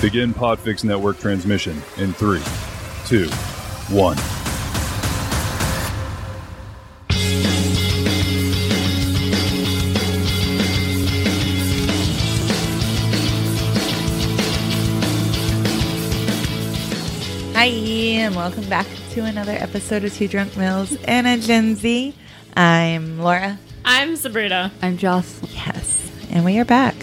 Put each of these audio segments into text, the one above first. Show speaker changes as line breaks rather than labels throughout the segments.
Begin Podfix Network transmission in three, two, one.
Hi, and welcome back to another episode of Two Drunk Males and a Gen Z. I'm Laura.
I'm Sabrina.
I'm Joss.
Yes, and we are back.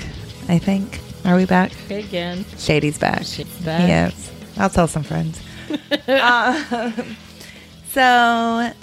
I think. Are we back?
Again.
Shady's back.
Shady's back.
Yes. I'll tell some friends. Uh, so,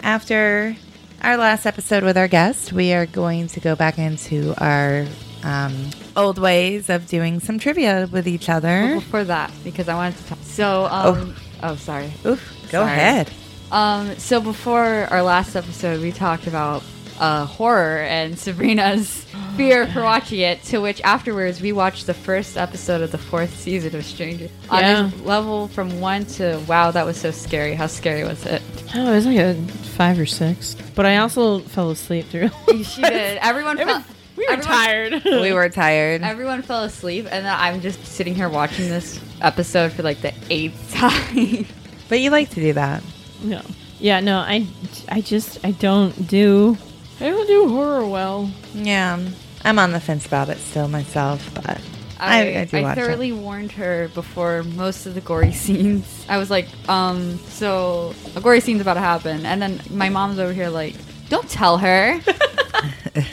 after our last episode with our guest, we are going to go back into our um, old ways of doing some trivia with each
Well,
other.
Mm-hmm. Before that, because I wanted to talk. So, um, oh, sorry.
Oof, go
Sorry.
ahead.
Um, so before our last episode, we talked about uh, horror and Sabrina's fear for watching it. To which afterwards, we watched the first episode of the fourth season of Stranger.
Yeah.
On a level from one to wow, that was so scary. How scary was it?
Oh, it was like a five or six. But I also fell asleep through.
She did. Everyone.
It was-
fell-
we were
everyone-
tired.
We were tired.
Everyone fell asleep, and then I'm just sitting here watching this episode for like the eighth time.
But you like to do that.
no. Yeah, no, I, I just, I don't do, I don't do horror well.
Yeah, I'm on the fence about it still myself, but I, I,
I,
do
I
watch
thoroughly warned her before most of the gory scenes. I was like, um, so a gory scene's about to happen, and then my mom's over here like, don't tell her.
it.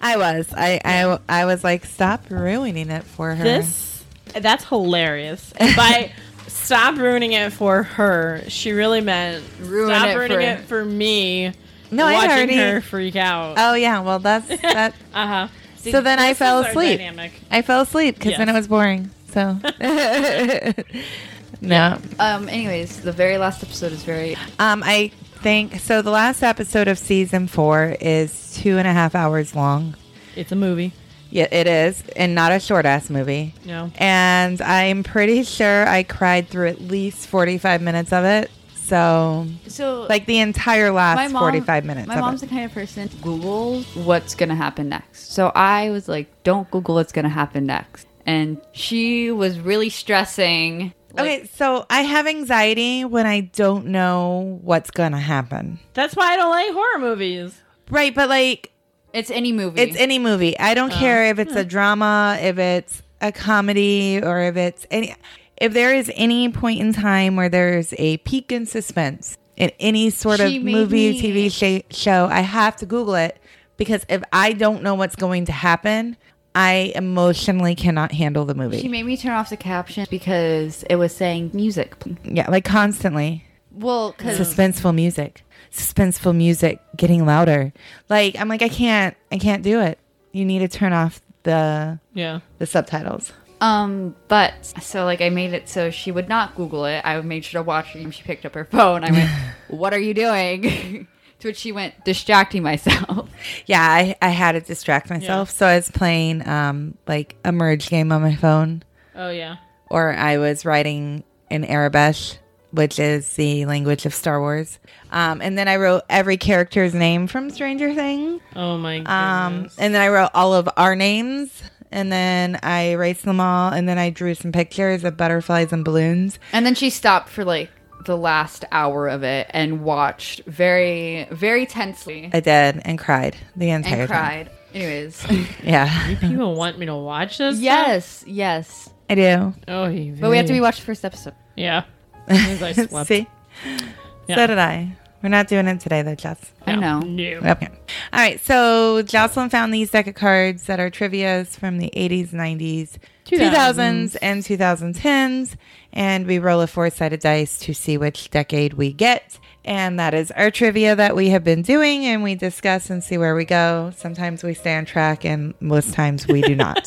I was, I, I, I was like, stop ruining it for her.
This, that's hilarious. And By stop ruining it for her, she really meant
Ruin
stop
it
ruining
for-
it for me.
No, I
watching
already-
her freak out.
Oh yeah, well that's that.
uh huh.
so then I fell asleep.
Dynamic.
I fell asleep because then it
Yes.
was boring. So no,
um, anyways, the very last episode is very.
um, I think so. The last episode of season four is two and a half hours long.
It's a movie.
Yeah, it is, and not a short ass movie.
No.
And I'm pretty sure I cried through at least 45 minutes of it. So,
So
like the entire last 45 minutes
My
of
mom's
it.
the kind of person Google what's gonna happen next. So I was like, don't Google what's gonna happen next, and she was really stressing. like,
okay, so I have anxiety when I don't know what's going to happen.
That's why I don't like horror movies.
Right, but like
it's any movie.
it's any movie. I
Uh-huh.
don't care if it's a drama, if it's a comedy, or if it's any if there is any point in time where there's a peak in suspense in any sort
She
of
made
movie,
me-
TV sh- show, I have to Google it because if I don't know what's going to happen, I emotionally cannot handle the movie.
She made me turn off the caption because it was saying music.
yeah, like constantly.
Well, because
Suspenseful music. Suspenseful music getting louder. Like I'm like I can't I can't do it. You need to turn off the
Yeah.
the subtitles.
um, but so like I made it so she would not Google it. I made sure to watch it. And she picked up her phone. I went, "What are you doing?" to which she went, "Distracting myself."
Yeah, I, I had to distract myself. So I was playing um, like a merge game on my phone,
Oh yeah.
or I was writing in Arabesh, which is the language of Star Wars. Um, and then I wrote every character's name from Stranger Things.
Oh my god.
Um, and then I wrote all of our names. And then I erased them all. And then I drew some pictures of butterflies and balloons.
And then she stopped for like the last hour of it and watched very, very tensely
I did and cried the entire
and
time.
cried. Anyways,
Yeah,
People want me to watch this.
yes, yes.
I do.
Oh, he
But we have to rewatch the first episode.
Yeah. As soon as I slept.
See? So
Yeah.
did I. We're not doing it today, though, Jess.
I know.
No.
Okay. All right. So Jocelyn found these deck of cards that are trivias from the 80s, 90s, 2000s, and 2010s. And we roll a four sided dice to see which decade we get. And that is our trivia that we have been doing. And we discuss and see where we go. Sometimes we stay on track, and most times we do not.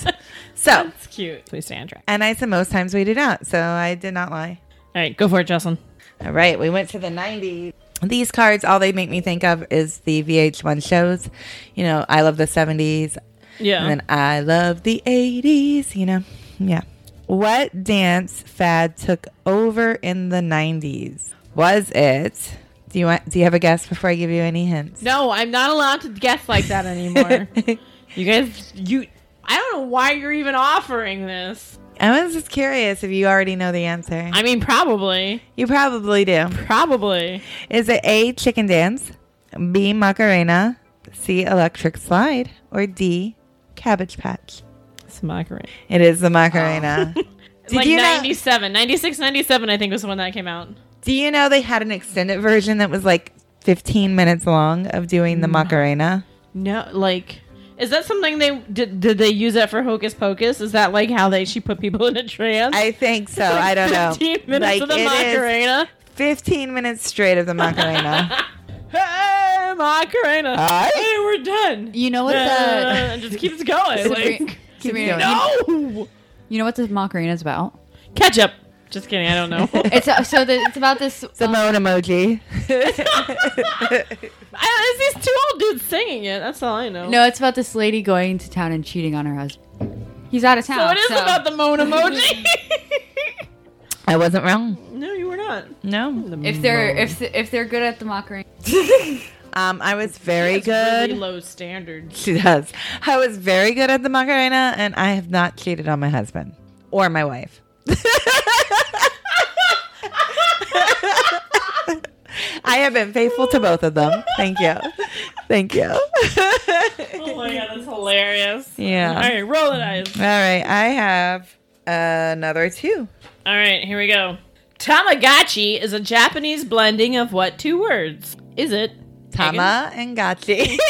so,
That's cute. Please stay on track.
and I said most times we do not. So I did not lie.
All right, go for it, Jocelyn.
All right, we went to the 90s. These cards, all they make me think of is the VH1 shows. You know, I love the 70s,
Yeah.
and then I love the 80s, you know? Yeah. What dance fad took over in the 90s? Was it? Do you want, do you have a guess before I give you any hints?
no, I'm not allowed to guess like that anymore. you guys, you. I don't know why you're even offering this.
I was just curious if you already know the answer.
I mean, probably.
you probably do.
Probably.
Is it A, chicken dance, B, Macarena, C, electric slide, or D, cabbage patch?
It's mockery.
It is the Macarena.
Oh.
Did
like
you know-
97, 96, 97, I think was the one that came out.
Do you know they had an extended version that was like 15 minutes long of doing the
Mm.
Macarena?
No, like, is that something they did? Did they use that for Hocus Pocus? Is that like how they she put people in a trance?
I think so. Oh, I don't know.
15 minutes of the
it is
Macarena.
15 minutes straight of the Macarena.
Hey, Macarena.
Aye.
Hey, we're done.
You know what
Uh,
the
it just keeps going.
Sabrina,
Like,
Sabrina,
going.
you-
no.
you know what the Macarena is about?
Ketchup. Just kidding. I don't know.
It's uh, so the, it's about this. um,
Simone emoji.
I, it's these two old dudes singing it. That's all I know.
no, it's about this lady going to town and cheating on her husband. He's out of town.
So it is about the moan emoji.
I wasn't wrong.
no, you were not.
No.
if they're if if they're good at the Macarena.
Um, I was very
It's
good.
Really low standards.
She does. I was very good at the Macarena, and I have not cheated on my husband or my wife. I have been faithful to both of them. Thank you. Thank you.
Oh my god, that's hilarious.
Yeah.
All right, roll it eyes.
All right. I have another two.
All right, here we go. Tamagotchi is a Japanese blending of what two words? Is it
Tama and Gachi.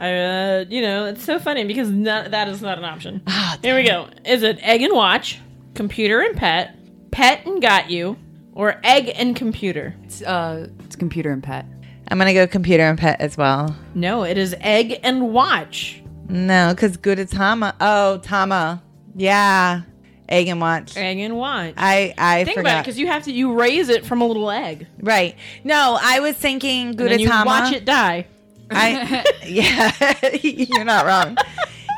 Uh, you know, it's so funny because not, that is not an option. Here we go. Is it egg and watch, computer and pet, pet and got you, or egg and computer?
It's, uh, it's computer and pet.
I'm going to go computer and pet as well.
No, it is egg and watch.
No, because good at Tama. Oh, Tama. Yeah. Egg and watch.
Egg and watch.
I, I
Think
forgot.
about it because you have to you raise it from a little egg
Right. No, I was thinking
and then you
Gudetama.
watch it die.
I, yeah, you're not wrong.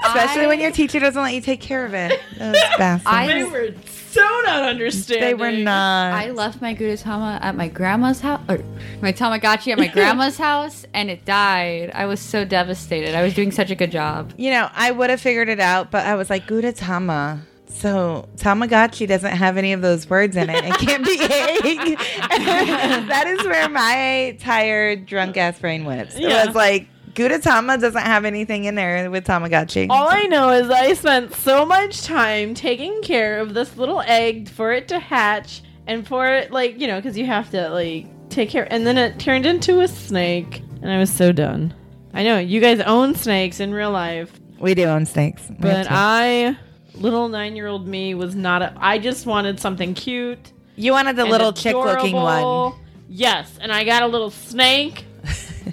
Especially when
I-
your teacher doesn't let you take care of it. Those bastards.
I-
They were so not understanding.
they were not.
I left my Gudetama at my grandma's house, or my Tamagotchi at my grandma's house, and it died. I was so devastated. I was doing such a good job.
you know, I would have figured it out, but I was like, Gudetama. So Tamagotchi doesn't have any of those words in it. It can't be egg. that is where my tired, drunk ass brain went. It
Yeah.
was like, Gudetama doesn't have anything in there with Tamagotchi.
All I know is I spent so much time taking care of this little egg for it to hatch and for it, like, you know, because you have to, like, take care. And then it turned into a snake, and I was so done. I know, you guys own snakes in real life,
we do own snakes. We have to.
but I, little nine year old me, was not, a, I just wanted something cute.
you wanted the
and
little chick looking one.
adorable. Yes, and I got a little snake,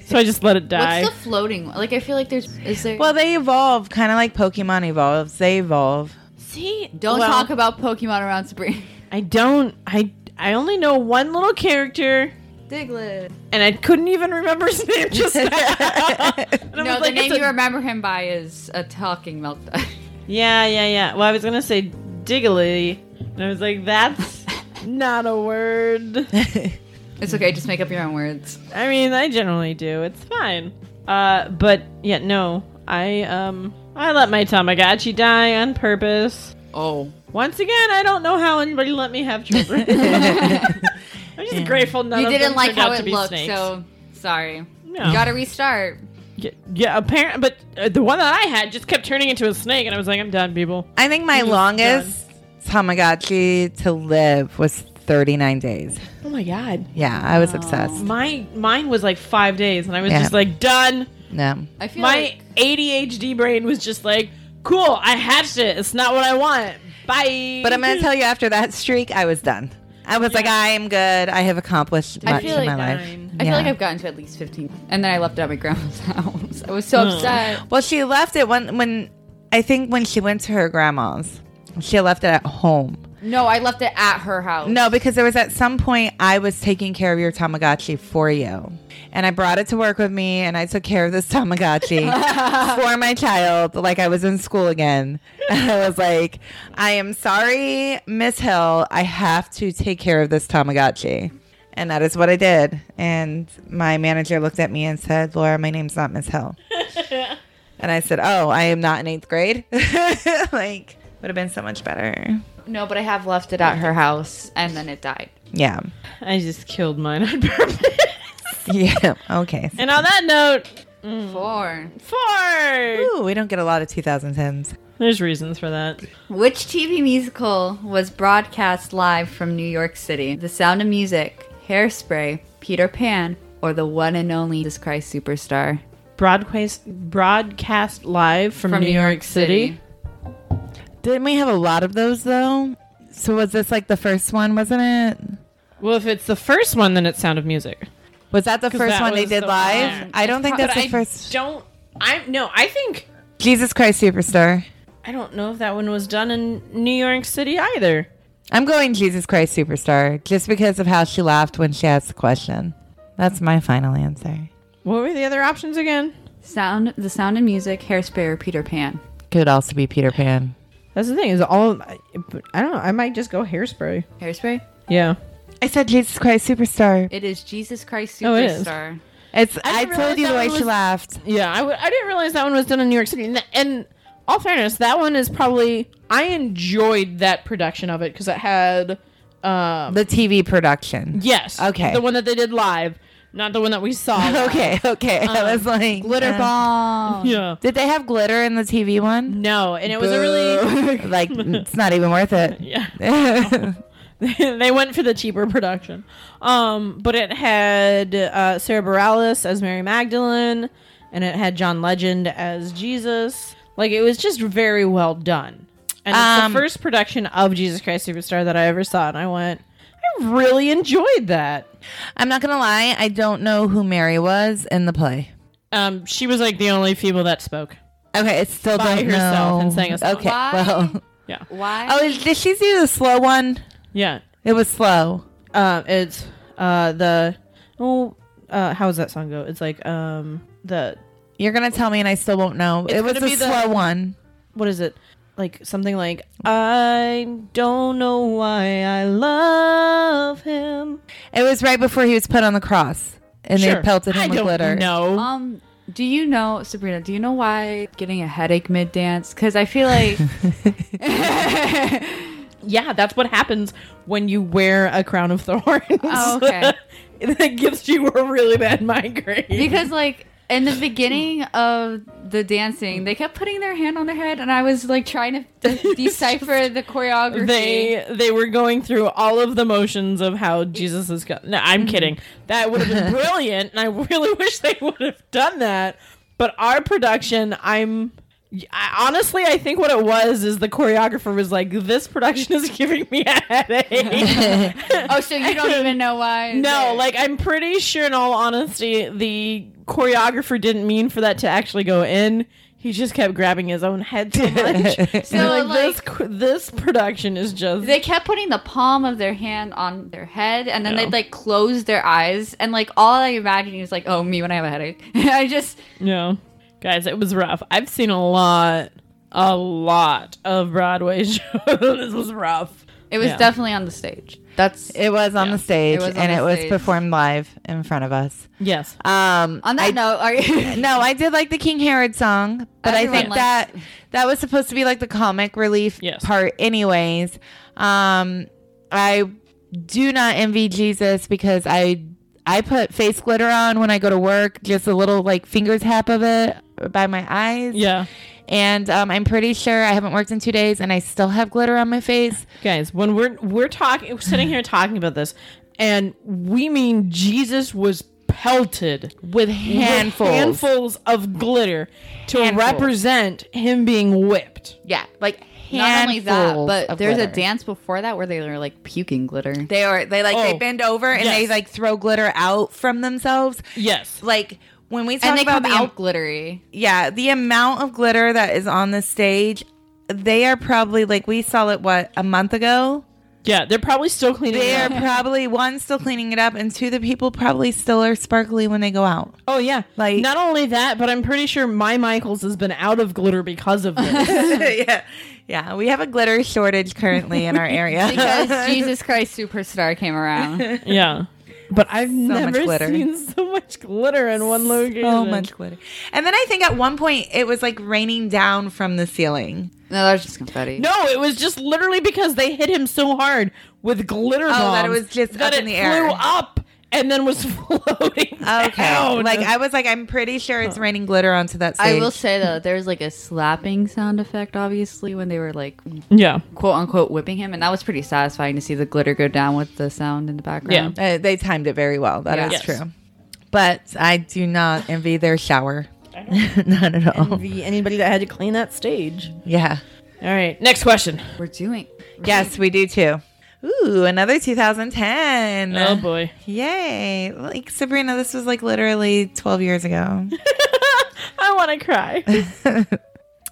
so I just let it die.
What's the floating? one? Like I feel like there's is there.
Well, they evolve, kind of like Pokemon evolves. They evolve.
See,
don't
Well-
talk about Pokemon around Sabrina.
I don't. I I only know one little character,
Diglett.
and I couldn't even remember his name just now. And I
No,
was
the
like,
name
it's a-
you remember him by is a talking meltdown.
Yeah, yeah, yeah. Well, I was gonna say Diggly, and I was like, that's not a word.
it's okay. Just make up your own words.
I mean, I generally do. It's fine. Uh, but yeah, no. I um, I let my Tamagotchi die on purpose.
Oh,
Once again, I don't know how anybody let me have children. I'm just grateful none
you
of
didn't
them
like
turned
how
out to
it
be
looked,
snakes.
so sorry.
No.
You gotta restart.
Yeah, yeah apparent, but uh, the one that I had just kept turning into a snake, and I was like, I'm done, people.
I think my
You're
longest Tamagotchi to live was 39 days.
Oh my god,
Yeah, I was obsessed.
my mine was like five days, and I was
Yeah.
just like done.
No.
I feel
My
like
ADHD brain was just like, cool, I hatched it. It's not what I want. Bye.
But I'm going to tell you after that streak, I was done. I was like, I am good. I have accomplished much
feel
in my
like
life.
nine.
I feel like
Yeah.
I've gotten to at least 15. And then I left it at my grandma's house. I was so upset.
Well, she left it when, when I think when she went to her grandma's, she left it at home.
No, I left it at her house.
No, because there was at some point I was taking care of your Tamagotchi for you. And I brought it to work with me and I took care of this Tamagotchi for my child, like I was in school again. And I was like, I am sorry, Miss Hill, I have to take care of this Tamagotchi. And that is what I did. And my manager looked at me and said, Laura, my name's not Miss Hill. and I said, Oh, I am not in eighth grade. like, Would have been so much better.
No, but I have left it at her house, and then it died.
Yeah.
I just killed mine on purpose.
Yeah. Okay.
and on that note,
Four.
four.
Ooh, we don't get a lot of 2010s.
There's reasons for that.
Which TV musical was broadcast live from New York City? The Sound of Music, Hairspray, Peter Pan, or the one and only Jesus Christ Superstar?
Broadcast broadcast live from, New, York, City.
Didn't we have a lot of those though? So was this like the first one, wasn't it?
Well, if it's the first one, then it's Sound of Music.
Was that the first
that
one they
was
did
the
live?
one.
I don't think
But
that's the
I
first.
Don't I? No, I think
Jesus Christ Superstar.
I don't know if that one was done in New York City either.
I'm going Jesus Christ Superstar just because of how she laughed when she asked the question. That's my final answer.
What were the other options again?
Sound, The Sound of Music, Hairspray, or Peter Pan?
Could also be Peter Pan.
That's the thing is all. I don't know. I might just go hairspray.
Hairspray?
Yeah.
I said Jesus Christ Superstar.
It is Jesus Christ
Oh, it is.
Superstar.
It's
I
I,
didn't
told
realize
you the
that
way
one
she
was-
laughed.
Yeah, I w- I didn't realize that one was done in New York City. And, th- and all fairness, that one is probably I enjoyed that production of it because it had, um,
The TV production.
yes,
Okay.
the one that they did live, not the one that we saw.
Okay, okay. I was like
Glitter
uh,
Bomb.
yeah,
Did they have glitter in the TV one?
no, and it was a really
Like it's not even worth it.
yeah. they went for the cheaper production. Um, but it had uh, Sarah Bareilles as Mary Magdalene, and it had John Legend as Jesus. Like it was just very well done. And it's
Um,
the first production of Jesus Christ Superstar that I ever saw, and I went, I really enjoyed that.
I'm not gonna lie, I don't know who Mary was in the play.
Um, she was like the only female that spoke.
Okay, it's still
By
don't
herself
know.
and sang a song.
Okay,
Why?
well,
Yeah,
Why?
oh, is- did she do the slow one?
yeah.
It was slow.
Um, it's uh the oh uh how does that song go? It's like um the
You're gonna tell me, and I still won't know. it was
gonna
the
be the-
slow one.
what is it like something like i don't know why i love him
It was right before he was put on the cross, and they pelted him
I
with
don't
glitter.
know.
Um, do you know, Sabrina, do you know why getting a headache mid dance? Because I feel like.
yeah that's what happens when you wear a crown of thorns
Oh, okay.
that gives you a really bad migraine
because like in the beginning of the dancing they kept putting their hand on their head and i was like trying to de- decipher the choreography
they they were going through all of the motions of how Jesus is co- No, I'm kidding. That would have been brilliant, and I really wish they would have done that. But our production, I'm I, honestly, I think what it was is the choreographer was like, "This production is giving me a headache."
oh so you don't even know why
no,
they're-
like I'm pretty sure, in all honesty, the choreographer didn't mean for that to actually go in. He just kept grabbing his own head so much.
so
And
like,
I'm like, this qu- this production is just
they kept putting the palm of their hand on their head and then they'd like close their eyes and like all i imagined was like oh me when i have a headache i just
Yeah. Guys, it was rough. I've seen a lot, a lot of Broadway shows. this was rough.
it was
Yeah.
definitely on the stage that's
It was on the stage,
it was on
and
the
it was
stage.
performed live in front of us.
Yes.
Um,
on that
I-
note are you
No, I did like the King Herod song, but
Everyone
I think
likes-
that that was supposed to be like the comic relief
Yes.
part, anyways. Um, I do not envy Jesus because I I put face glitter on when I go to work, just a little like finger tap of it by my eyes.
Yeah.
And um, I'm pretty sure I haven't worked in two days, and I still have glitter on my face.
Guys, when we're we're talking we're sitting here talking about this and we mean Jesus was pelted
With
with
handfuls.
handfuls of glitter to
Handfuls.
represent him being whipped.
yeah like not only that
handfuls
but
of
there's a
glitter.
dance before that where they were like puking glitter
They are they like they
Oh,
bend over and they
yes.
like throw glitter out from themselves.
Yes.
Like when we talk
and they
about
come
the
out glittery
yeah, the amount of glitter that is on the stage, they are probably like we saw it what a month ago.
Yeah, they're probably still cleaning
They
it
are
up.
probably one still cleaning it up, and two the people probably still are sparkly when they go out.
Oh yeah.
Like-
not only that, but I'm pretty sure my Michaels has been out of glitter because of this.
yeah, yeah, we have a glitter shortage currently in our area.
because Jesus Christ Superstar came around.
Yeah. But I've
much
never
glitter.
seen so much glitter in one location.
so much glitter. And then I think at one point it was like raining down from the ceiling.
No, that was just confetti.
No, it was just literally because they hit him so hard with glitter bombs
Oh, that it was just up
that it
in the air.
flew up and then was floating
Okay.
down.
Like I was like, I'm pretty sure it's raining glitter onto that stage.
I will say though, there's like a slapping sound effect, obviously, when they were like
yeah,
quote unquote whipping him, and that was pretty satisfying to see the glitter go down with the sound in the background.
Uh, they timed it very well. That
Yeah.
is
Yes.
true. But I do not envy their shower. not at all.
envy anybody that had to clean that stage.
Yeah.
All right, next question.
We're doing
Yes, we do too. Ooh, another 2010.
Oh boy,
Yay. Like Sabrina, this was like literally 12 years ago.
I want to cry.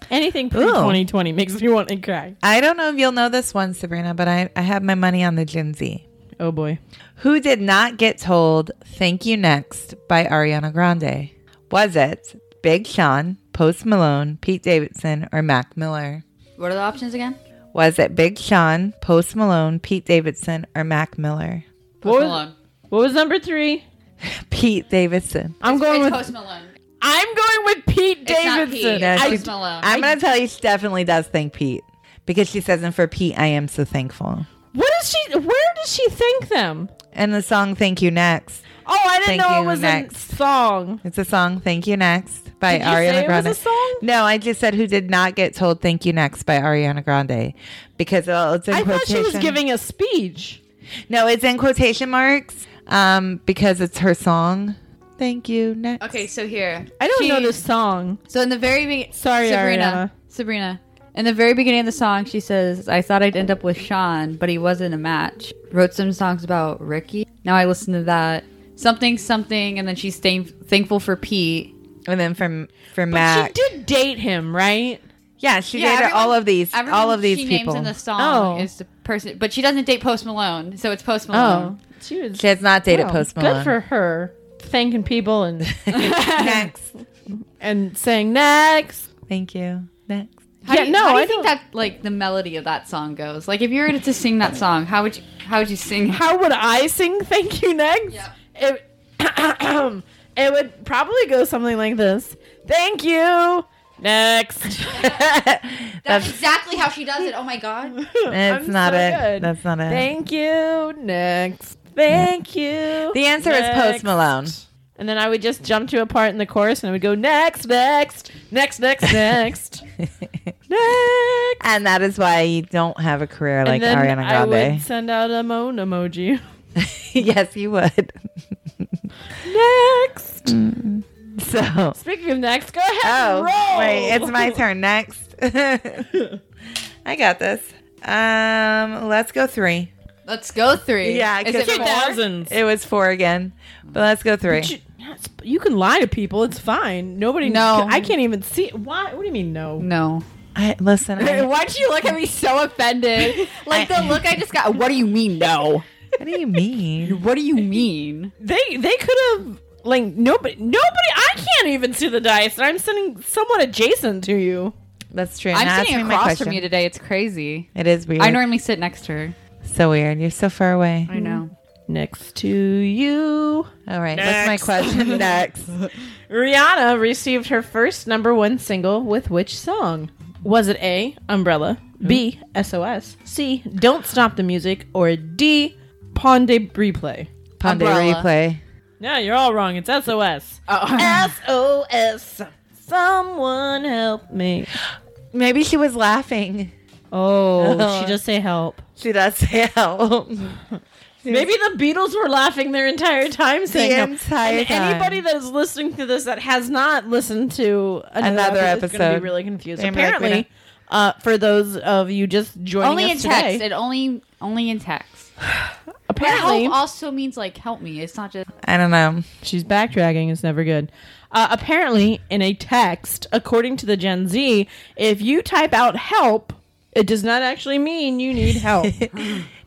Anything pre
Ooh.
2020 makes me want to cry.
I don't know if you'll know this one, Sabrina, but I, I have my money on the Gen Z.
Oh boy,
Who did not get told Thank You Next by Ariana Grande? Was it Big Sean, Post Malone, Pete Davidson, or Mac Miller?
what are the options again?
Was it Big Sean, Post Malone, Pete Davidson, or Mac Miller?
What was-
Malone.
what was number three?
Pete Davidson.
I'm going
It's
with
Post Malone.
I'm going with Pete
It's not
Davidson.
Pete.
Yeah,
It's
she-
Post Malone.
I'm going to tell you, she definitely does thank Pete because she says, and for Pete, I am so thankful.
What is she? Where does she thank them?
And the song Thank You Next.
Oh, I didn't
Thank
know it
you,
was
next.
a song.
It's a song, Thank You Next by
Did you
Ariana
say it was
Grande.
a song?
No, I just said who did not get told Thank You Next by Ariana Grande because well, it's in
I thought
quotation.
she was giving a speech.
No, it's in quotation marks um, because it's her song. Thank You Next.
Okay, so here.
I don't know
She-
this song.
So in the very beginning,
Sorry,
Sabrina. Sabrina. In the very beginning of the song, she says, "I thought I'd end up with Sean, but he wasn't a match." Wrote some songs about Ricky. Now I listen to that something something, and then she's thank- thankful for Pete.
And then from for
But
Mac.
she did date him, right?
yeah, she
Yeah,
did
everyone-
all of these.
everyone
All of these
she
people.
names in the
Oh.
song is the person, but she doesn't date Post Malone, so it's Post
Oh,
Malone.
she was.
Uh-huh. she has not dated
wow,
Post Malone.
Good for her, thanking people and
Next.
and saying next.
Thank you. Next.
How
Yeah,
do you,
no,
how do you
I
think
don't-
that like the melody of that song goes? Like, if you were to sing that song, how would you how would you sing? it?
How would I sing thank you next?
Yeah.
It, it would probably go something like this. Thank you. Next.
That's exactly how she does it. Oh my god!
It's
I'm
not
so
it.
good.
That's not it.
Thank you. Next. Thank you.
the answer is Post
Next.
Malone.
And then I would just jump to a part in the chorus and I would go next, next, next, next, next, next.
and that is why you don't have a career like
and then
Ariana
I
Grande.
would send out a moan emoji.
yes, you would.
next.
so,
Speaking of next, go ahead.
Mm.
and
oh,
roll.
wait, it's my turn next. I got this. Um, let's go three.
Let's go three.
Yeah,
is
'cause
it
you
four?
guys-
2000s.
It was four again, but let's go three.
You, that's- you can lie to people. It's fine. Nobody.
No.
I can't even see. Why? What do you mean no?
No.
I, listen, I,
Why do you look at me so offended? Like the look I just got. What do you mean? No.
what do you mean?
What do you mean?
They they could have like nobody nobody. I can't even see the dice, and I'm sitting somewhat adjacent to you.
That's true. Now
I'm
ask
sitting
me my
across
question.
from you today. It's crazy.
It is weird.
I normally sit next to her.
so weird. You're so far away.
I know.
Next to you,
All right, what's my question next?
Rihanna received her first number one single with which song? Was it A. Umbrella, B. SOS, C. Don't Stop the Music, or D. Pond Replay?
Ponder
Umbrella.
replay.
No, you're all wrong. It's SOS.
Mm-hmm.
SOS. Someone help me.
Maybe she was laughing.
Oh,
Oh.
she just say help.
She does say help.
Maybe the Beatles were laughing their entire time saying help.
entire
And
time.
anybody that is listening to this that has not listened to another,
Another
episode, is going to
episode.
be really confused.
They're gonna be like, we
Apparently, uh, for those of you just joining
Only in
us today,
text. It only only in text. But
apparently
help also means like help me. It's not just.
I don't know.
She's backtracking. It's never good. Uh, apparently, in a text, according to the Gen Z, if you type out help, it does not actually mean you need help.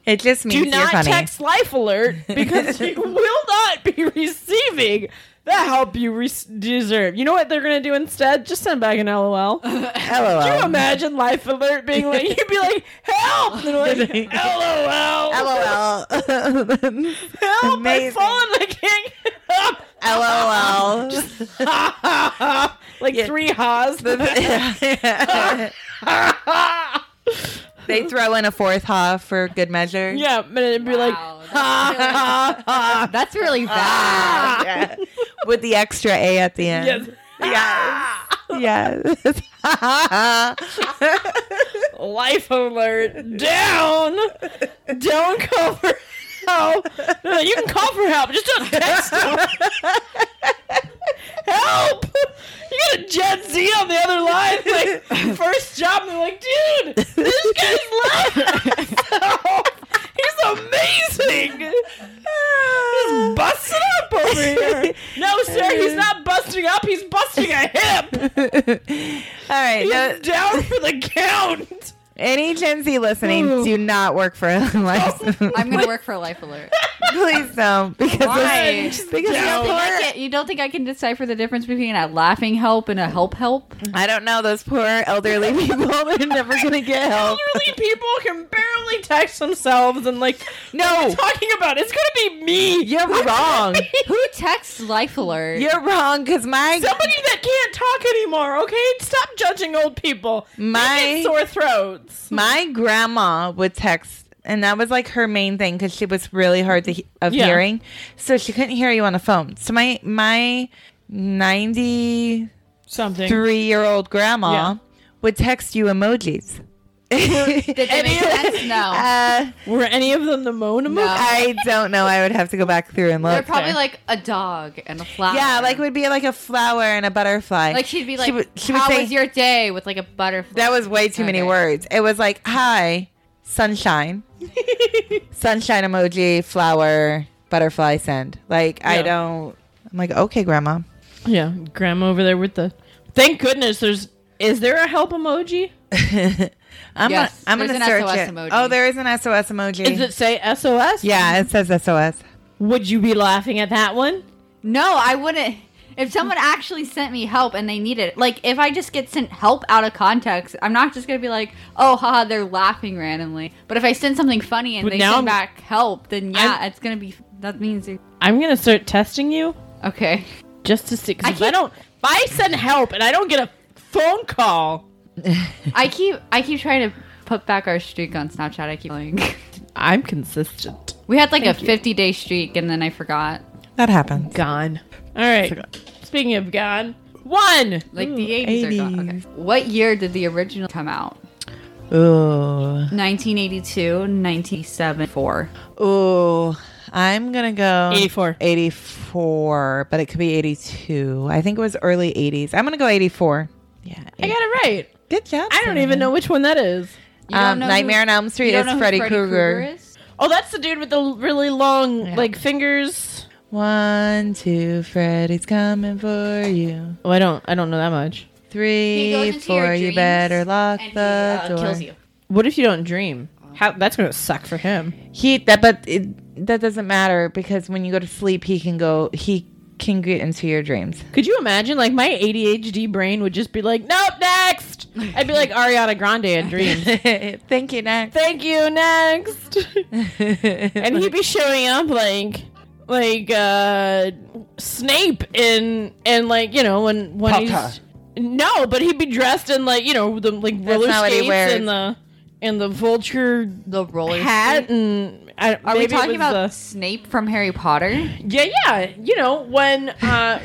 It just means
Do
you're
not
funny.
text life alert because you will not be receiving the help you re- deserve. You know what they're going to do instead? Just send back an LOL. Can you
LOL.
imagine life alert being like, you'd be like, help! And they're like, LOL.
LOL.
Help! I've
Amazing.
fallen. I can't get up.
LOL.
like
Yeah.
three ha's.
they throw in a fourth ha for good measure.
yeah, and it'd be like,
Wow, Ah."
ha,
that's
ha, ha.
"Ah, That's really bad.
Yeah. With the extra A at the end.
Yes.
Yes. Yes.
Life alert. Down. Don't call for help. No, you can call for help. Just don't text them. help. You got a Gen Z on the other line. Like, first job. And they're like, dude, this guy's laughing. He's amazing. He's busting up over here. No, sir, he's not busting up. He's busting a hip.
All right.
He's
no-
down for the count.
any Gen Z listening,
Ooh.
do not work for a license.
I'm gonna work for Life Alert.
Please don't. Because
Why?
It's, because
You don't,
those
think I
poor,
can, you don't think I can decipher the difference between a laughing help and a help help?
I don't know those poor elderly people. They're never gonna get help.
elderly people can barely text themselves and like what are
No,
you talking about it's gonna be me
you're wrong.
Who texts Life Alert?
You're wrong because my
somebody that can't talk anymore okay stop judging old people They
My-
get sore throats
my grandma would text, and that was like her main thing because she was really hard to he- of
Yeah.
hearing, so she couldn't hear you on the phone. So my my ninety
something
three year old grandma
Yeah.
would text you emojis.
Did they make sense? No.
Uh,
were any of them the moan emoji?
No.
I don't know. I would have to go back through and
They're
look.
probably
okay.
like a dog and a flower.
Yeah, like it would be like a flower and a butterfly.
Like she'd be
She
like,
would- she would
"How
say-
was your day?" with like a butterfly.
That was way too many
Okay.
words. It was like, hi, sunshine, sunshine emoji, flower, butterfly send. Like, I
Yeah.
don't. I'm like, okay, grandma.
yeah grandma over there with the thank goodness there's is there a help emoji
I'm
Yes,
gonna, I'm
there's
gonna
an
search
SOS
it.
emoji.
Oh, there is an SOS emoji.
does it say sos
yeah, it says SOS.
would you be laughing at that one
No, I wouldn't. If someone actually sent me help and they needed it, like if I just get sent help out of context, I'm not just gonna be like, "Oh, haha, they're laughing randomly." But if I send something funny and
But
they
now
send
I'm-
back help, then yeah,
I'm-
it's gonna be. That means they-
i'm gonna start testing you
okay.
just to see 'cause
I
if i
keep-
don't if i send help and i don't get a phone call
I keep I keep trying to put back our streak on Snapchat. I keep like,
i'm consistent
we had like a 50 day streak and then I forgot,
That happens.
Gone. All right. Speaking of gone, one.
like the 80s, are gone. Okay. What year did the original come out?
Ooh.
1982, 1987, four.
Ooh. I'm gonna go
84.
84, but it could be 82. I think it was early 80s. I'm gonna go 84. Yeah.
I got it right.
Good job.
I don't even know which one that is.
You don't
Um,
know who-
Nightmare on Elm Street
you don't
is
know who
Freddy, Krueger.
is?
Oh, that's the dude with the l- really long like fingers.
One, two, Freddy's coming for you.
Oh, I don't. I don't know that much.
He goes
Three,
into your
four, you
dreams
better lock
and he,
the
uh,
door.
kills you.
What if you don't dream? How that's gonna suck for him.
He that, but it, that doesn't matter because when you go to sleep, he can go. He can get into your dreams.
Could you imagine? Like my ADHD brain would just be like, nope, next. I'd be like Ariana Grande in dreams.
Thank you, next.
Thank you, next. and he'd be showing up like like uh snape in and like you know when when he's no but he'd be dressed in like you know the like roller
not what he
skates
wears.
and the and the vulture
The roller
hat
skate?
and I,
Are we
maybe it
talking
was
about
the-
Snape from Harry Potter?
yeah yeah you know when uh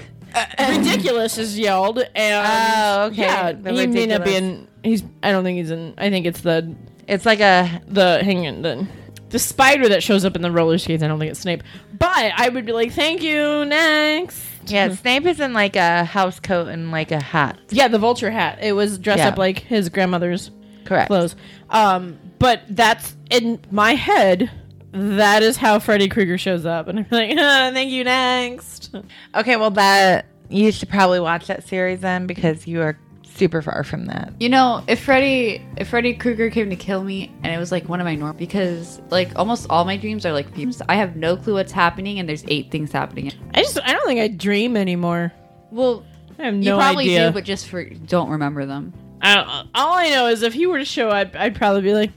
ridiculous is yelled and
Oh, okay,
yeah
the
he may not be
Ridiculous.
in he's i don't think he's in i think it's the
It's like a
the hang on the the spider that shows up in the roller skates. I don't think it's Snape, but I would be like, "Thank you, next."
yeah. Snape is in like a house coat and like a hat.
Yeah, the vulture hat. It was dressed
Yeah.
up like his grandmother's
Correct.
clothes. Um, but that's in my head. That is how Freddy Krueger shows up, and I'm like, "Ah, "Thank you, next."
Okay, well that you should probably watch that series then because you are super far from that.
You know, if Freddy if Freddy Krueger came to kill me and it was like one of my normal because like almost all my dreams are like dreams. I have no clue what's happening and there's eight things happening.
I just I don't think I dream anymore.
Well,
I have
you
no
probably
idea.
do, but just for don't remember them.
I don't, all I know is if he were to show up, I'd probably be like,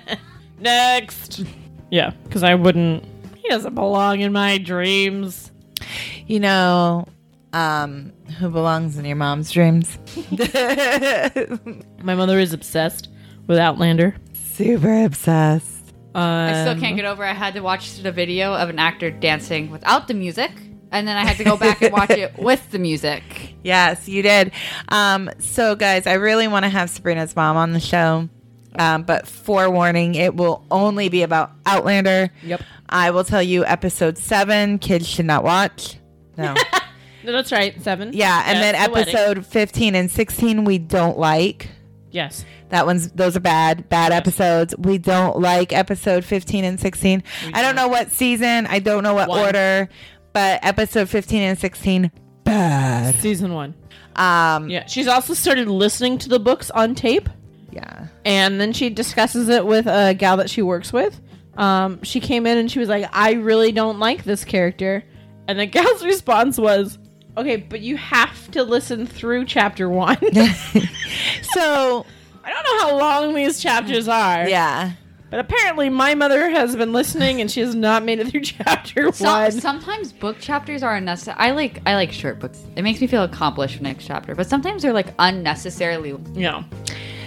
next. Yeah, because I wouldn't. He doesn't belong in my dreams.
you know, um, who belongs in your mom's dreams.
My mother is obsessed with Outlander. Um,
Super obsessed.
I still
Um,
can't get over. I had to watch the video of an actor dancing without the music, and then I had to go back and watch it with the music.
Yes, you did. Um, so, guys, I really want to have Sabrina's mom on the show. Um, but forewarning, it will only be about Outlander.
Yep.
I will tell you episode seven, kids should not watch. No.
No, that's right. Seven.
yeah. And then
Yes, the wedding.
episode 15 and 16, we don't like.
Yes.
That one's those are bad, bad episodes. We don't like episode 15 and 16. I don't know what season, I don't know what
One.
order, but episode 15 and 16 bad.
Season one.
Um
Yeah. She's also started listening to the books on tape,
yeah.
and then she discusses it with a gal that she works with. Um, she came in and she was like, "I really don't like this character," and the gal's response was, "Okay, but you have to listen through chapter one."
So,
I don't know how long these chapters are,
yeah.
but apparently my mother has been listening and she has not made it through chapter
So,
one.
sometimes book chapters are unnecessary. I like I like short books. It makes me feel accomplished for next chapter. But sometimes they're like unnecessarily.
no.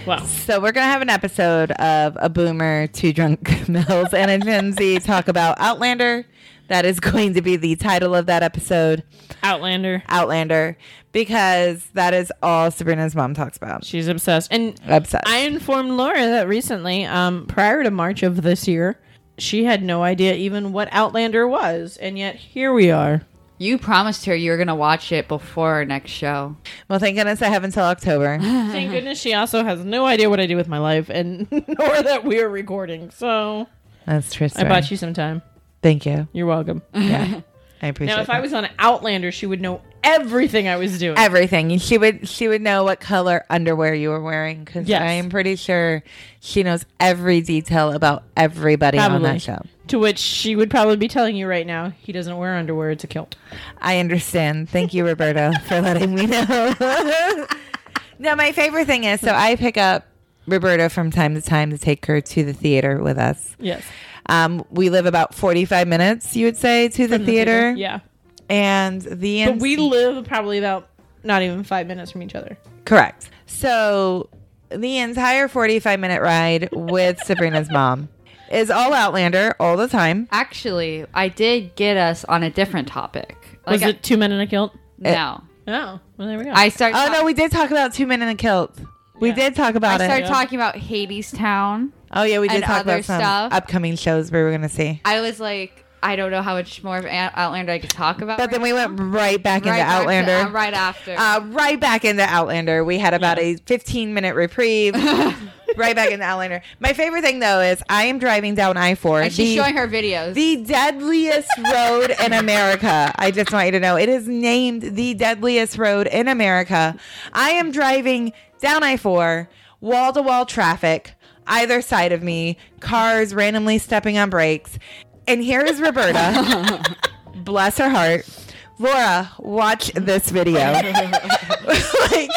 Well,
So we're gonna have an episode of a boomer, two drunk males, and a Gen Z talk about Outlander. That is going to be the title of that episode,
Outlander.
Outlander, because that is all Sabrina's mom talks about.
She's obsessed. And
Obsessed.
I informed Laura that recently, um, prior to March of this year, she had no idea even what Outlander was, and yet here we are.
You promised her you were gonna watch it before our next show.
well, thank goodness I have until October.
Thank goodness she also has no idea what I do with my life, and nor that we are recording. So
That's true.
I bought you some time.
Thank you.
You're welcome.
Yeah, I appreciate.
now, if I
that.
was on Outlander, she would know everything I was doing.
everything, she would she would know what color underwear you were wearing because
Yes.
I am pretty sure she knows every detail about everybody on
Probably.
that show.
to which she would probably be telling you right now, he doesn't wear underwear; it's a kilt.
I understand. Thank you, Roberto, for letting me know. no, my favorite thing is so I pick up Roberto from time to time to take her to the theater with us.
Yes,
Um, we live about 45 minutes, you would say, to the,
From
theater.
Yeah,
And the
but
end.
we live probably about not even five minutes from each other.
Correct. So the entire 45 minute ride with Sabrina's mom is all Outlander all the time.
Actually, I did get us on a different topic.
Was
Like,
it two men in a kilt?
I,
eh,
no?
Oh, well, there we go.
I started.
Oh, no, we did talk about Two Men in a Kilt. We
Yeah.
did talk about
I
it.
started talking about Hades Town.
Oh yeah, we did
and
talk
other
about some
stuff.
upcoming shows we were gonna see.
I was like, I don't know how much more of Out- Outlander I could talk about.
But then we went right back into
back to-
Outlander.
uh, right after.
uh, right back into Outlander. We had about a 15 minute reprieve. right back into Outlander. My favorite thing though is I am driving down I 4.
and she's showing her videos.
the deadliest road in America. I just want you to know it is named the deadliest road in America. I am driving down I 4, wall to wall traffic, either side of me, cars randomly stepping on brakes. And here is Roberta. Bless her heart. Laura, watch this video. like,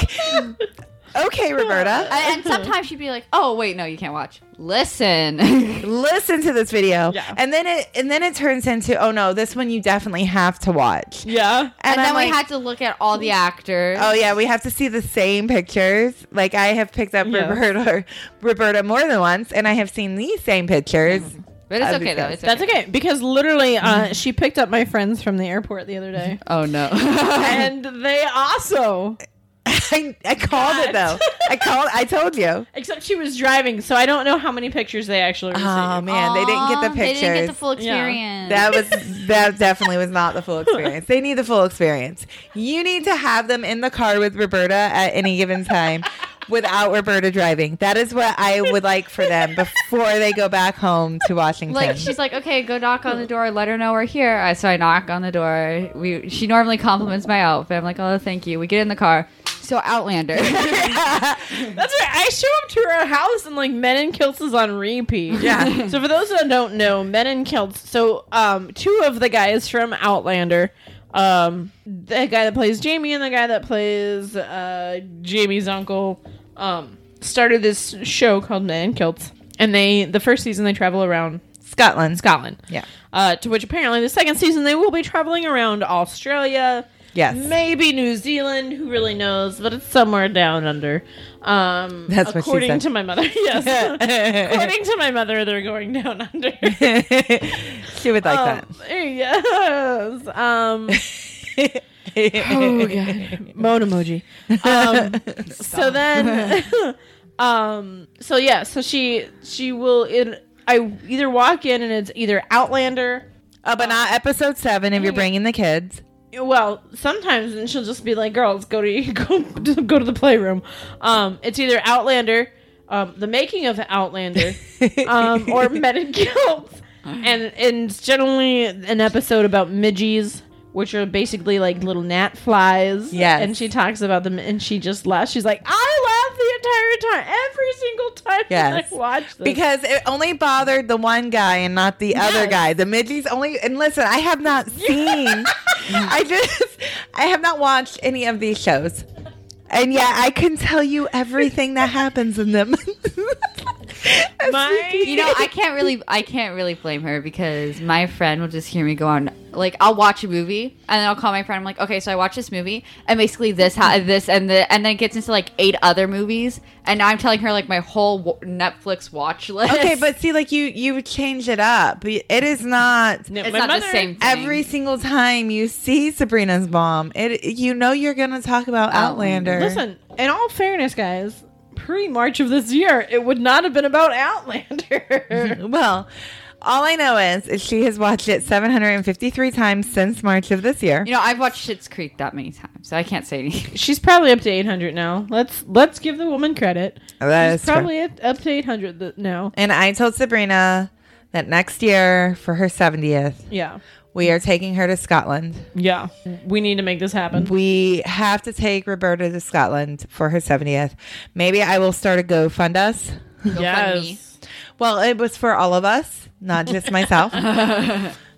okay, Roberta.
and, and sometimes she'd be like, "Oh wait, no, you can't watch. Listen."
listen to this video
Yeah.
and then it and then it turns into oh no this one you definitely have to watch and,
yeah.
And,
I'm
then
like,
we had to look at all the actors.
oh yeah we have to see the same pictures like i have picked up
Yeah.
roberta roberta more than once and i have seen these same pictures
but it's
I'd be
okay though.
pissed.
It's okay.
That's okay because literally, uh, she picked up my friends from the airport the other day,
Oh no.
and they also,
I, I called it though
God.
i called i told you
except she was driving, so I don't know how many pictures they actually received.
oh man they didn't get the
Aw,
pictures
They didn't get the full
Yeah.
experience.
that was that definitely was not the full experience. They need the full experience. You need to have them in the car with Roberta at any given time without Roberta driving. That is what I would like for them before they go back home to Washington.
like she's like, okay, go knock on the door. Let her know we're here. I so I knock on the door. We she normally compliments my outfit. I'm like, oh, thank you. We get in the car. So Outlander.
That's right. I show up to her house and like Men in Kilts is on repeat.
Yeah.
so for those that don't know, Men in Kilts. So um, two of the guys from Outlander, um, the guy that plays Jamie and the guy that plays uh, Jamie's uncle, um, started this show called Men in Kilts. and they the first season they travel around
Scotland.
Scotland.
Yeah.
Uh, to which apparently the second season they will be traveling around Australia.
Yes.
Maybe New Zealand, who really knows, but it's somewhere down under. Um,
That's what she
according
said.
to my mother. Yes. according to my mother, they're going down under.
she would like
um, Yes. Um, oh god, moan emoji. Um, so then, um, so yeah, so she she will. It, I either walk in and it's either Outlander.
that. Uh, but not episode seven if you're bringing the kids.
Well, sometimes and she'll just be like, "Girls, go to go to- go to the playroom." Um, it's either Outlander, um, the making of Outlander, um, or Men in Kilts, and and it's generally an episode about midgies, which are basically like little gnat flies.
Yes.
and she talks about them, and she just laughs. She's like, "I laugh the entire time, every single time
Yes.
that I watch this."
Because it only bothered the one guy and not the other
Yes.
guy. The midgies only. And listen, I have not seen. I just. I have not watched any of these shows, and yet I can tell you everything that happens in them.
My-
You know, I can't really, I can't really blame her because my friend will just hear me go on. Like, I'll watch a movie and then I'll call my friend. I'm like, okay, so I watched this movie and basically this, ha- this, and the, and then it gets into like eight other movies, and I'm telling her like my whole w- Netflix watch list.
okay, but see, like you, you change it up. It is not.
No,
it's
my
not the
mother-
same. Thing.
Every single time you see Sabrina's mom, it you know you're gonna talk about
Outlander.
Outlander.
Oh, Listen, in all fairness, guys, pre March of this year, it would not have been about Outlander.
Well, all I know is, is she has watched it 753 times since March of this year.
you know, I've watched Shit's Creek that many times, so I can't say anything.
She's probably up to 800 now. Let's let's give the woman credit.
That
She's
is true.
probably at, up to 800 th- now.
And I told Sabrina that next year for her 70th,
Yeah.
we are taking her to Scotland.
Yeah. We need to make this happen.
We have to take Roberta to Scotland for her 70th. Maybe I will start a GoFund us.
Go fund me.
Yes.
Well, it was for all of us, not just myself.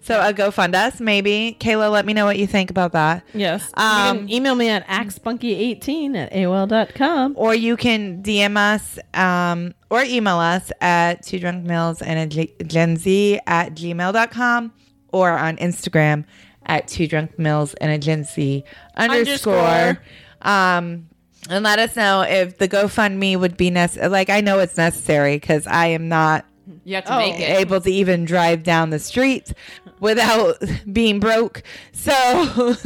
So a GoFund us, maybe. Kayla, let me know what you think about that.
Yes. you
Um,
can email me at axpunky18 at AOL.com.
or you can DM us um, or email us at two drunk males and a G- gen Z at gmail.com or on Instagram at two drunk males and a gen Z underscore.
Underscore.
Um, and let us know if the GoFundMe would be necessary. Like, I know it's necessary because I am not
You have to
Oh.
make it.
able to even drive down the street without being broke. So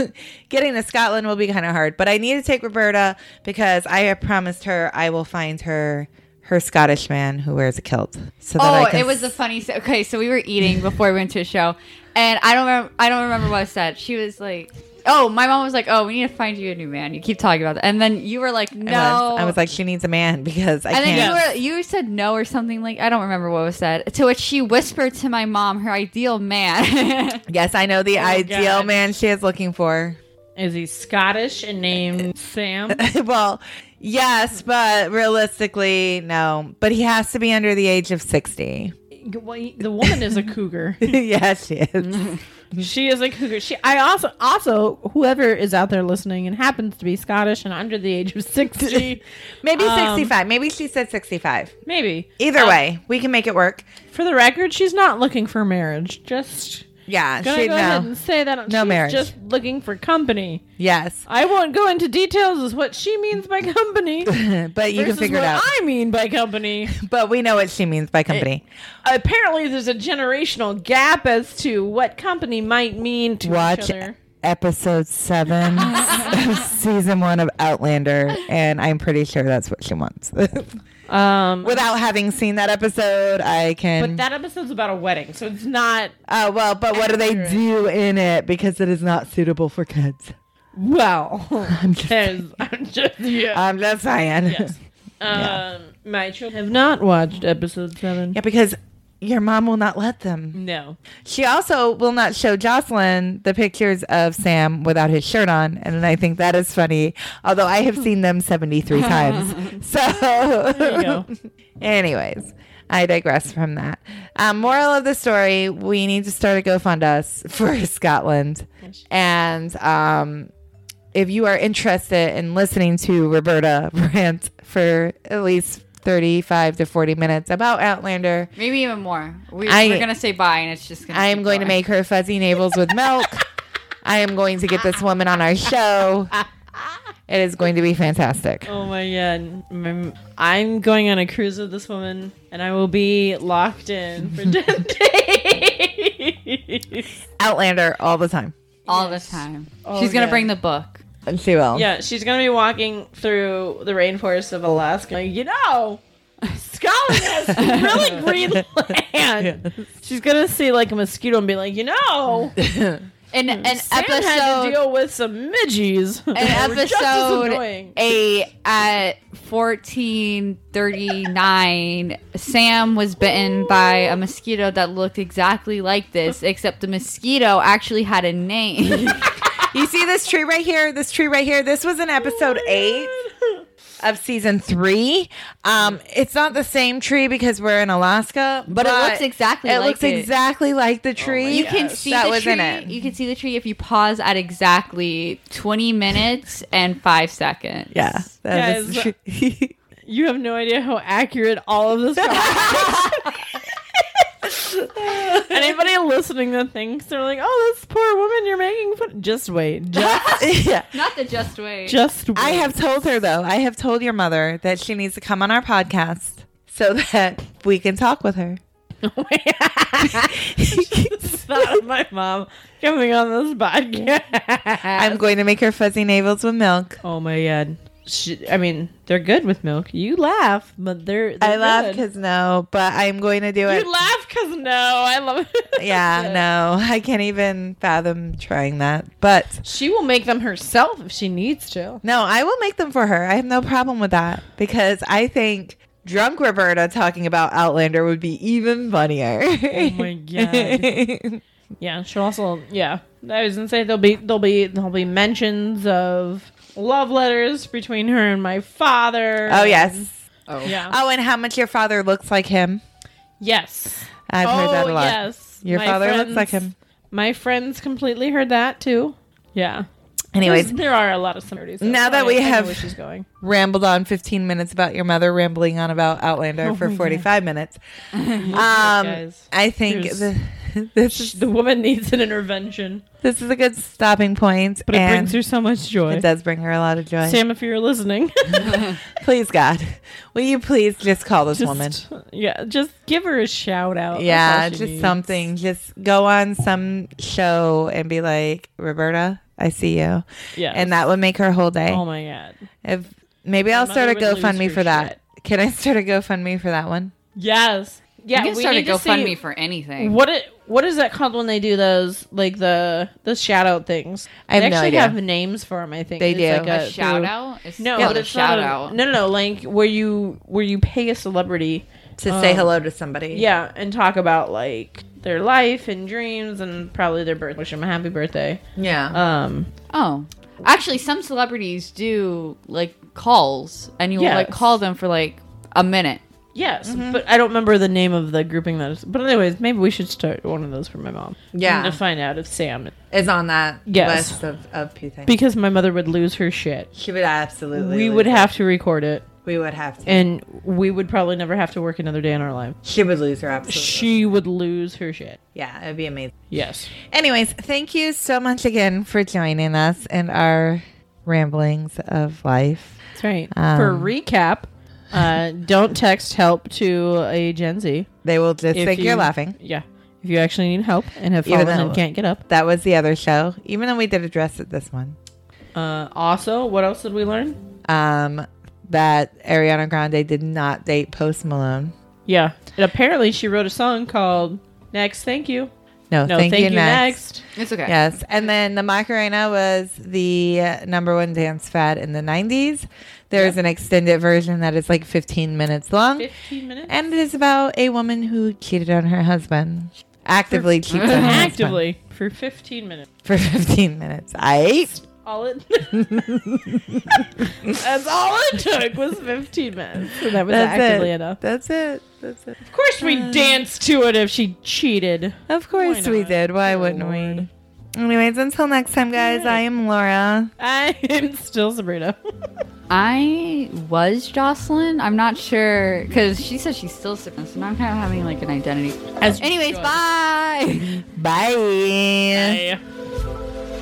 getting to Scotland will be kind of hard. But I need to take Roberta because I have promised her I will find her her Scottish man who wears a kilt. So that
Oh,
I can
it was a funny. s- Okay, so we were eating before we went to a show, and I don't remember. I don't remember what I said. She was like, "Oh, my mom was like, oh, we need to find you a new man. You keep talking about that." And then you were like, "No."
I was, I was like, she needs a man because I
and then
can't.
you were you said no or something like I don't remember what was said. To which she whispered to my mom her ideal man.
yes, I know the
Oh,
ideal
God.
man she is looking for.
Is he Scottish and named Sam?
well, yes, but realistically, no. But he has to be under the age of 60.
Well, he- the woman is a cougar.
yes, she is.
She is a cougar. She. I also also whoever is out there listening and happens to be Scottish and under the age of sixty,
Maybe
Um, oh.
65. Maybe she said 65.
maybe. Uh,
Either way, we can make it work.
For the record, she's not looking for marriage. Just
Yeah,
gonna
Uh, she
go ahead
no.
and say that.
No
she's
marriage.
Just looking for company.
Yes,
I won't go into details as what she means by company.
but you can
versus
figure it
what
out.
I mean by company.
but we know what she means by company.
Apparently, there's a generational gap as to what company might mean to each
Watch
other.
episode seven, of season one of Outlander, and I'm pretty sure that's what she wants.
Um,
Without having seen that episode, I
but
can.
that episode's about a wedding, so it's not.
uh, well, but what do they
Accurate.
do in it? Because it is not suitable for kids.
Well, I'm
just-
I'm just yeah.
I'm just saying.
yes. Um, my children have not watched episode seven.
Yeah, because your mom will not let them.
No.
She also will not show Jocelyn the pictures of Sam without his shirt on, and I think that is funny. Although I have seen them seventy-three times.
you
So,
go.
anyways, I digress from that. Um, moral of the story: We need to start a GoFund us for Scotland, and um, if you are interested in listening to Roberta rant for at least 35 to 40 minutes about Outlander.
Maybe even more. We,
I-
we're gonna say bye, and it's just gonna.
I am
keep
going to make her fuzzy navels with milk. I am going to get this woman on our show. It is going to be fantastic.
Oh my god. I'm- I'm going on a cruise with this woman and I will be locked in for 10 days.
Outlander all the time.
all the time.
Oh,
She's gonna
yeah.
bring the book.
And she will.
yeah, she's going to be walking through the rainforest of Alaska. Like, you know, Scotland has really green land. She's going to see like a mosquito and be like, you know,
In an
Hmm. Sam had to
episode,
deal with some midges. An just as
episode
annoying.
a at fourteen thirty nine, Sam was bitten by a mosquito that looked exactly like this, except the mosquito actually had a name.
You see this tree right here? This tree right here? This was in episode eight of season three. Um, it's not the same tree because we're in Alaska, but,
But it looks exactly
It
like
looks
it. Oh
exactly like the tree.
You can
Yes.
see
that
the
was
tree.
in it.
You can see the tree if you pause at exactly twenty minutes and five seconds.
yeah, that was
Guys,
the tree.
You have no idea how accurate all of this conversation is. Anybody listening that thinks they're like, "Oh, this poor woman you're making fun," just wait, just,
yeah.
Not the just way.
just wait.
I have told her though. I have told your mother that she needs to come on our podcast so that we can talk with her.
It's not my mom coming on this podcast.
I'm going to make her fuzzy navels with milk.
oh my god! She, I mean, they're good with milk. You laugh, but they're,
I
they're
laugh
good.
because no, but I'm going to do it.
you laugh because no, I love it.
yeah, no, I can't even fathom trying that. But
She will make them herself if she needs to.
No, I will make them for her. I have no problem with that because I think drunk Roberta talking about Outlander would be even funnier. Oh
my God. Yeah, she'll also yeah. I was gonna say there'll be there'll be there'll be mentions of love letters between her and my father.
oh yes.
Yeah.
Oh, and how much your father looks like him.
yes.
I've heard that a lot.
Oh, Yes.
Your
My
father looks
friends-
like him.
My friends completely heard that too. Yeah.
Anyways,
There's- there are a lot of similarities. though,
Now
so
that
I-
we
I know
have-
where she's going.
rambled on 15 minutes about your mother rambling on about Outlander
Oh
for 45 minutes. Um,
guys.
I think
There's-
the, this
Sh-
is
The woman needs an intervention,
this is a good stopping point,
but it
and
brings her so much joy.
it does bring her a lot of joy.
Sam, if you're listening,
please, God, will you please just call this
just,
woman?
yeah, just give her a shout out. That's all
Yeah,
she
just
needs.
something. Just go on some show and be like, Roberta, I see you.
Yeah,
And that would make her whole day.
Oh my god.
if maybe I'll
mother
start a
would lose
GoFundMe
her
for that.
shit.
Can I start a GoFundMe for that one?
Yes. Yeah,
you can
we
start a
need to
GoFundMe
see-
for anything.
What it, what is that called when they do those like the the shout out things?
I have
they
no
actually
idea.
have names for them. I think
They
It's
do.
like
A
A shout
through-
out? It's
No,
called
but
a
it's not
shout
a-
out.
No, no, no. Like where you where you pay a celebrity,
To
say
hello to somebody.
Um, yeah, and talk about like their life and dreams and probably their birth. Wish them a happy birthday.
Yeah.
Um,
Oh. Actually, some celebrities do like calls and you will like
Yes.
call them for like a minute.
yes, but I don't remember the name of the grouping that is. But anyways, maybe we should start one of those for my mom.
Yeah.
to find out if Sam
Is on that
Yes.
list of, of things.
because my mother would lose her shit.
she would absolutely.
We would have to record it,
We would have to.
and we would probably never have to work another day in our life.
She would lose her absolutely.
She would lose her shit.
yeah, it would be amazing.
Yes.
Anyways, thank you so much again for joining us in our ramblings of life.
That's right.
Um,
For recap, uh, don't text help to a Gen Z.
They will just
If
think
you-
you're laughing.
Yeah. If you actually need help and have
Even
fallen
though-
and can't get up.
That was the other show, even though we did address it this one.
Uh, also, what else did we learn?
Um, that Ariana Grande did not date Post Malone.
Yeah. And apparently, she wrote a song called Next Thank You.
No,
No,
thank, you, next.
It's okay.
Yes. And then the Macarena was the uh, number one dance fad in the 90s. There's an extended version that is like 15 minutes long.
15 minutes?
And it is about a woman who cheated on her husband. Actively cheats on her husband
Actively for 15 minutes.
for 15 minutes. I
All it That's all it took was 15 minutes. So that was
That's
actively
it. Uh,
enough.
That's it. That's it.
Of course we danced to it if she cheated.
Of course we
not?
did. Why
Good
wouldn't
lord.
we? Anyways, until next time, guys, I am Laura.
I am still Sabrina.
I was Jocelyn. I'm not sure because she said she's still sipping, so now I'm kind of having like an identity.
As
Anyways, bye.
Bye.
Bye.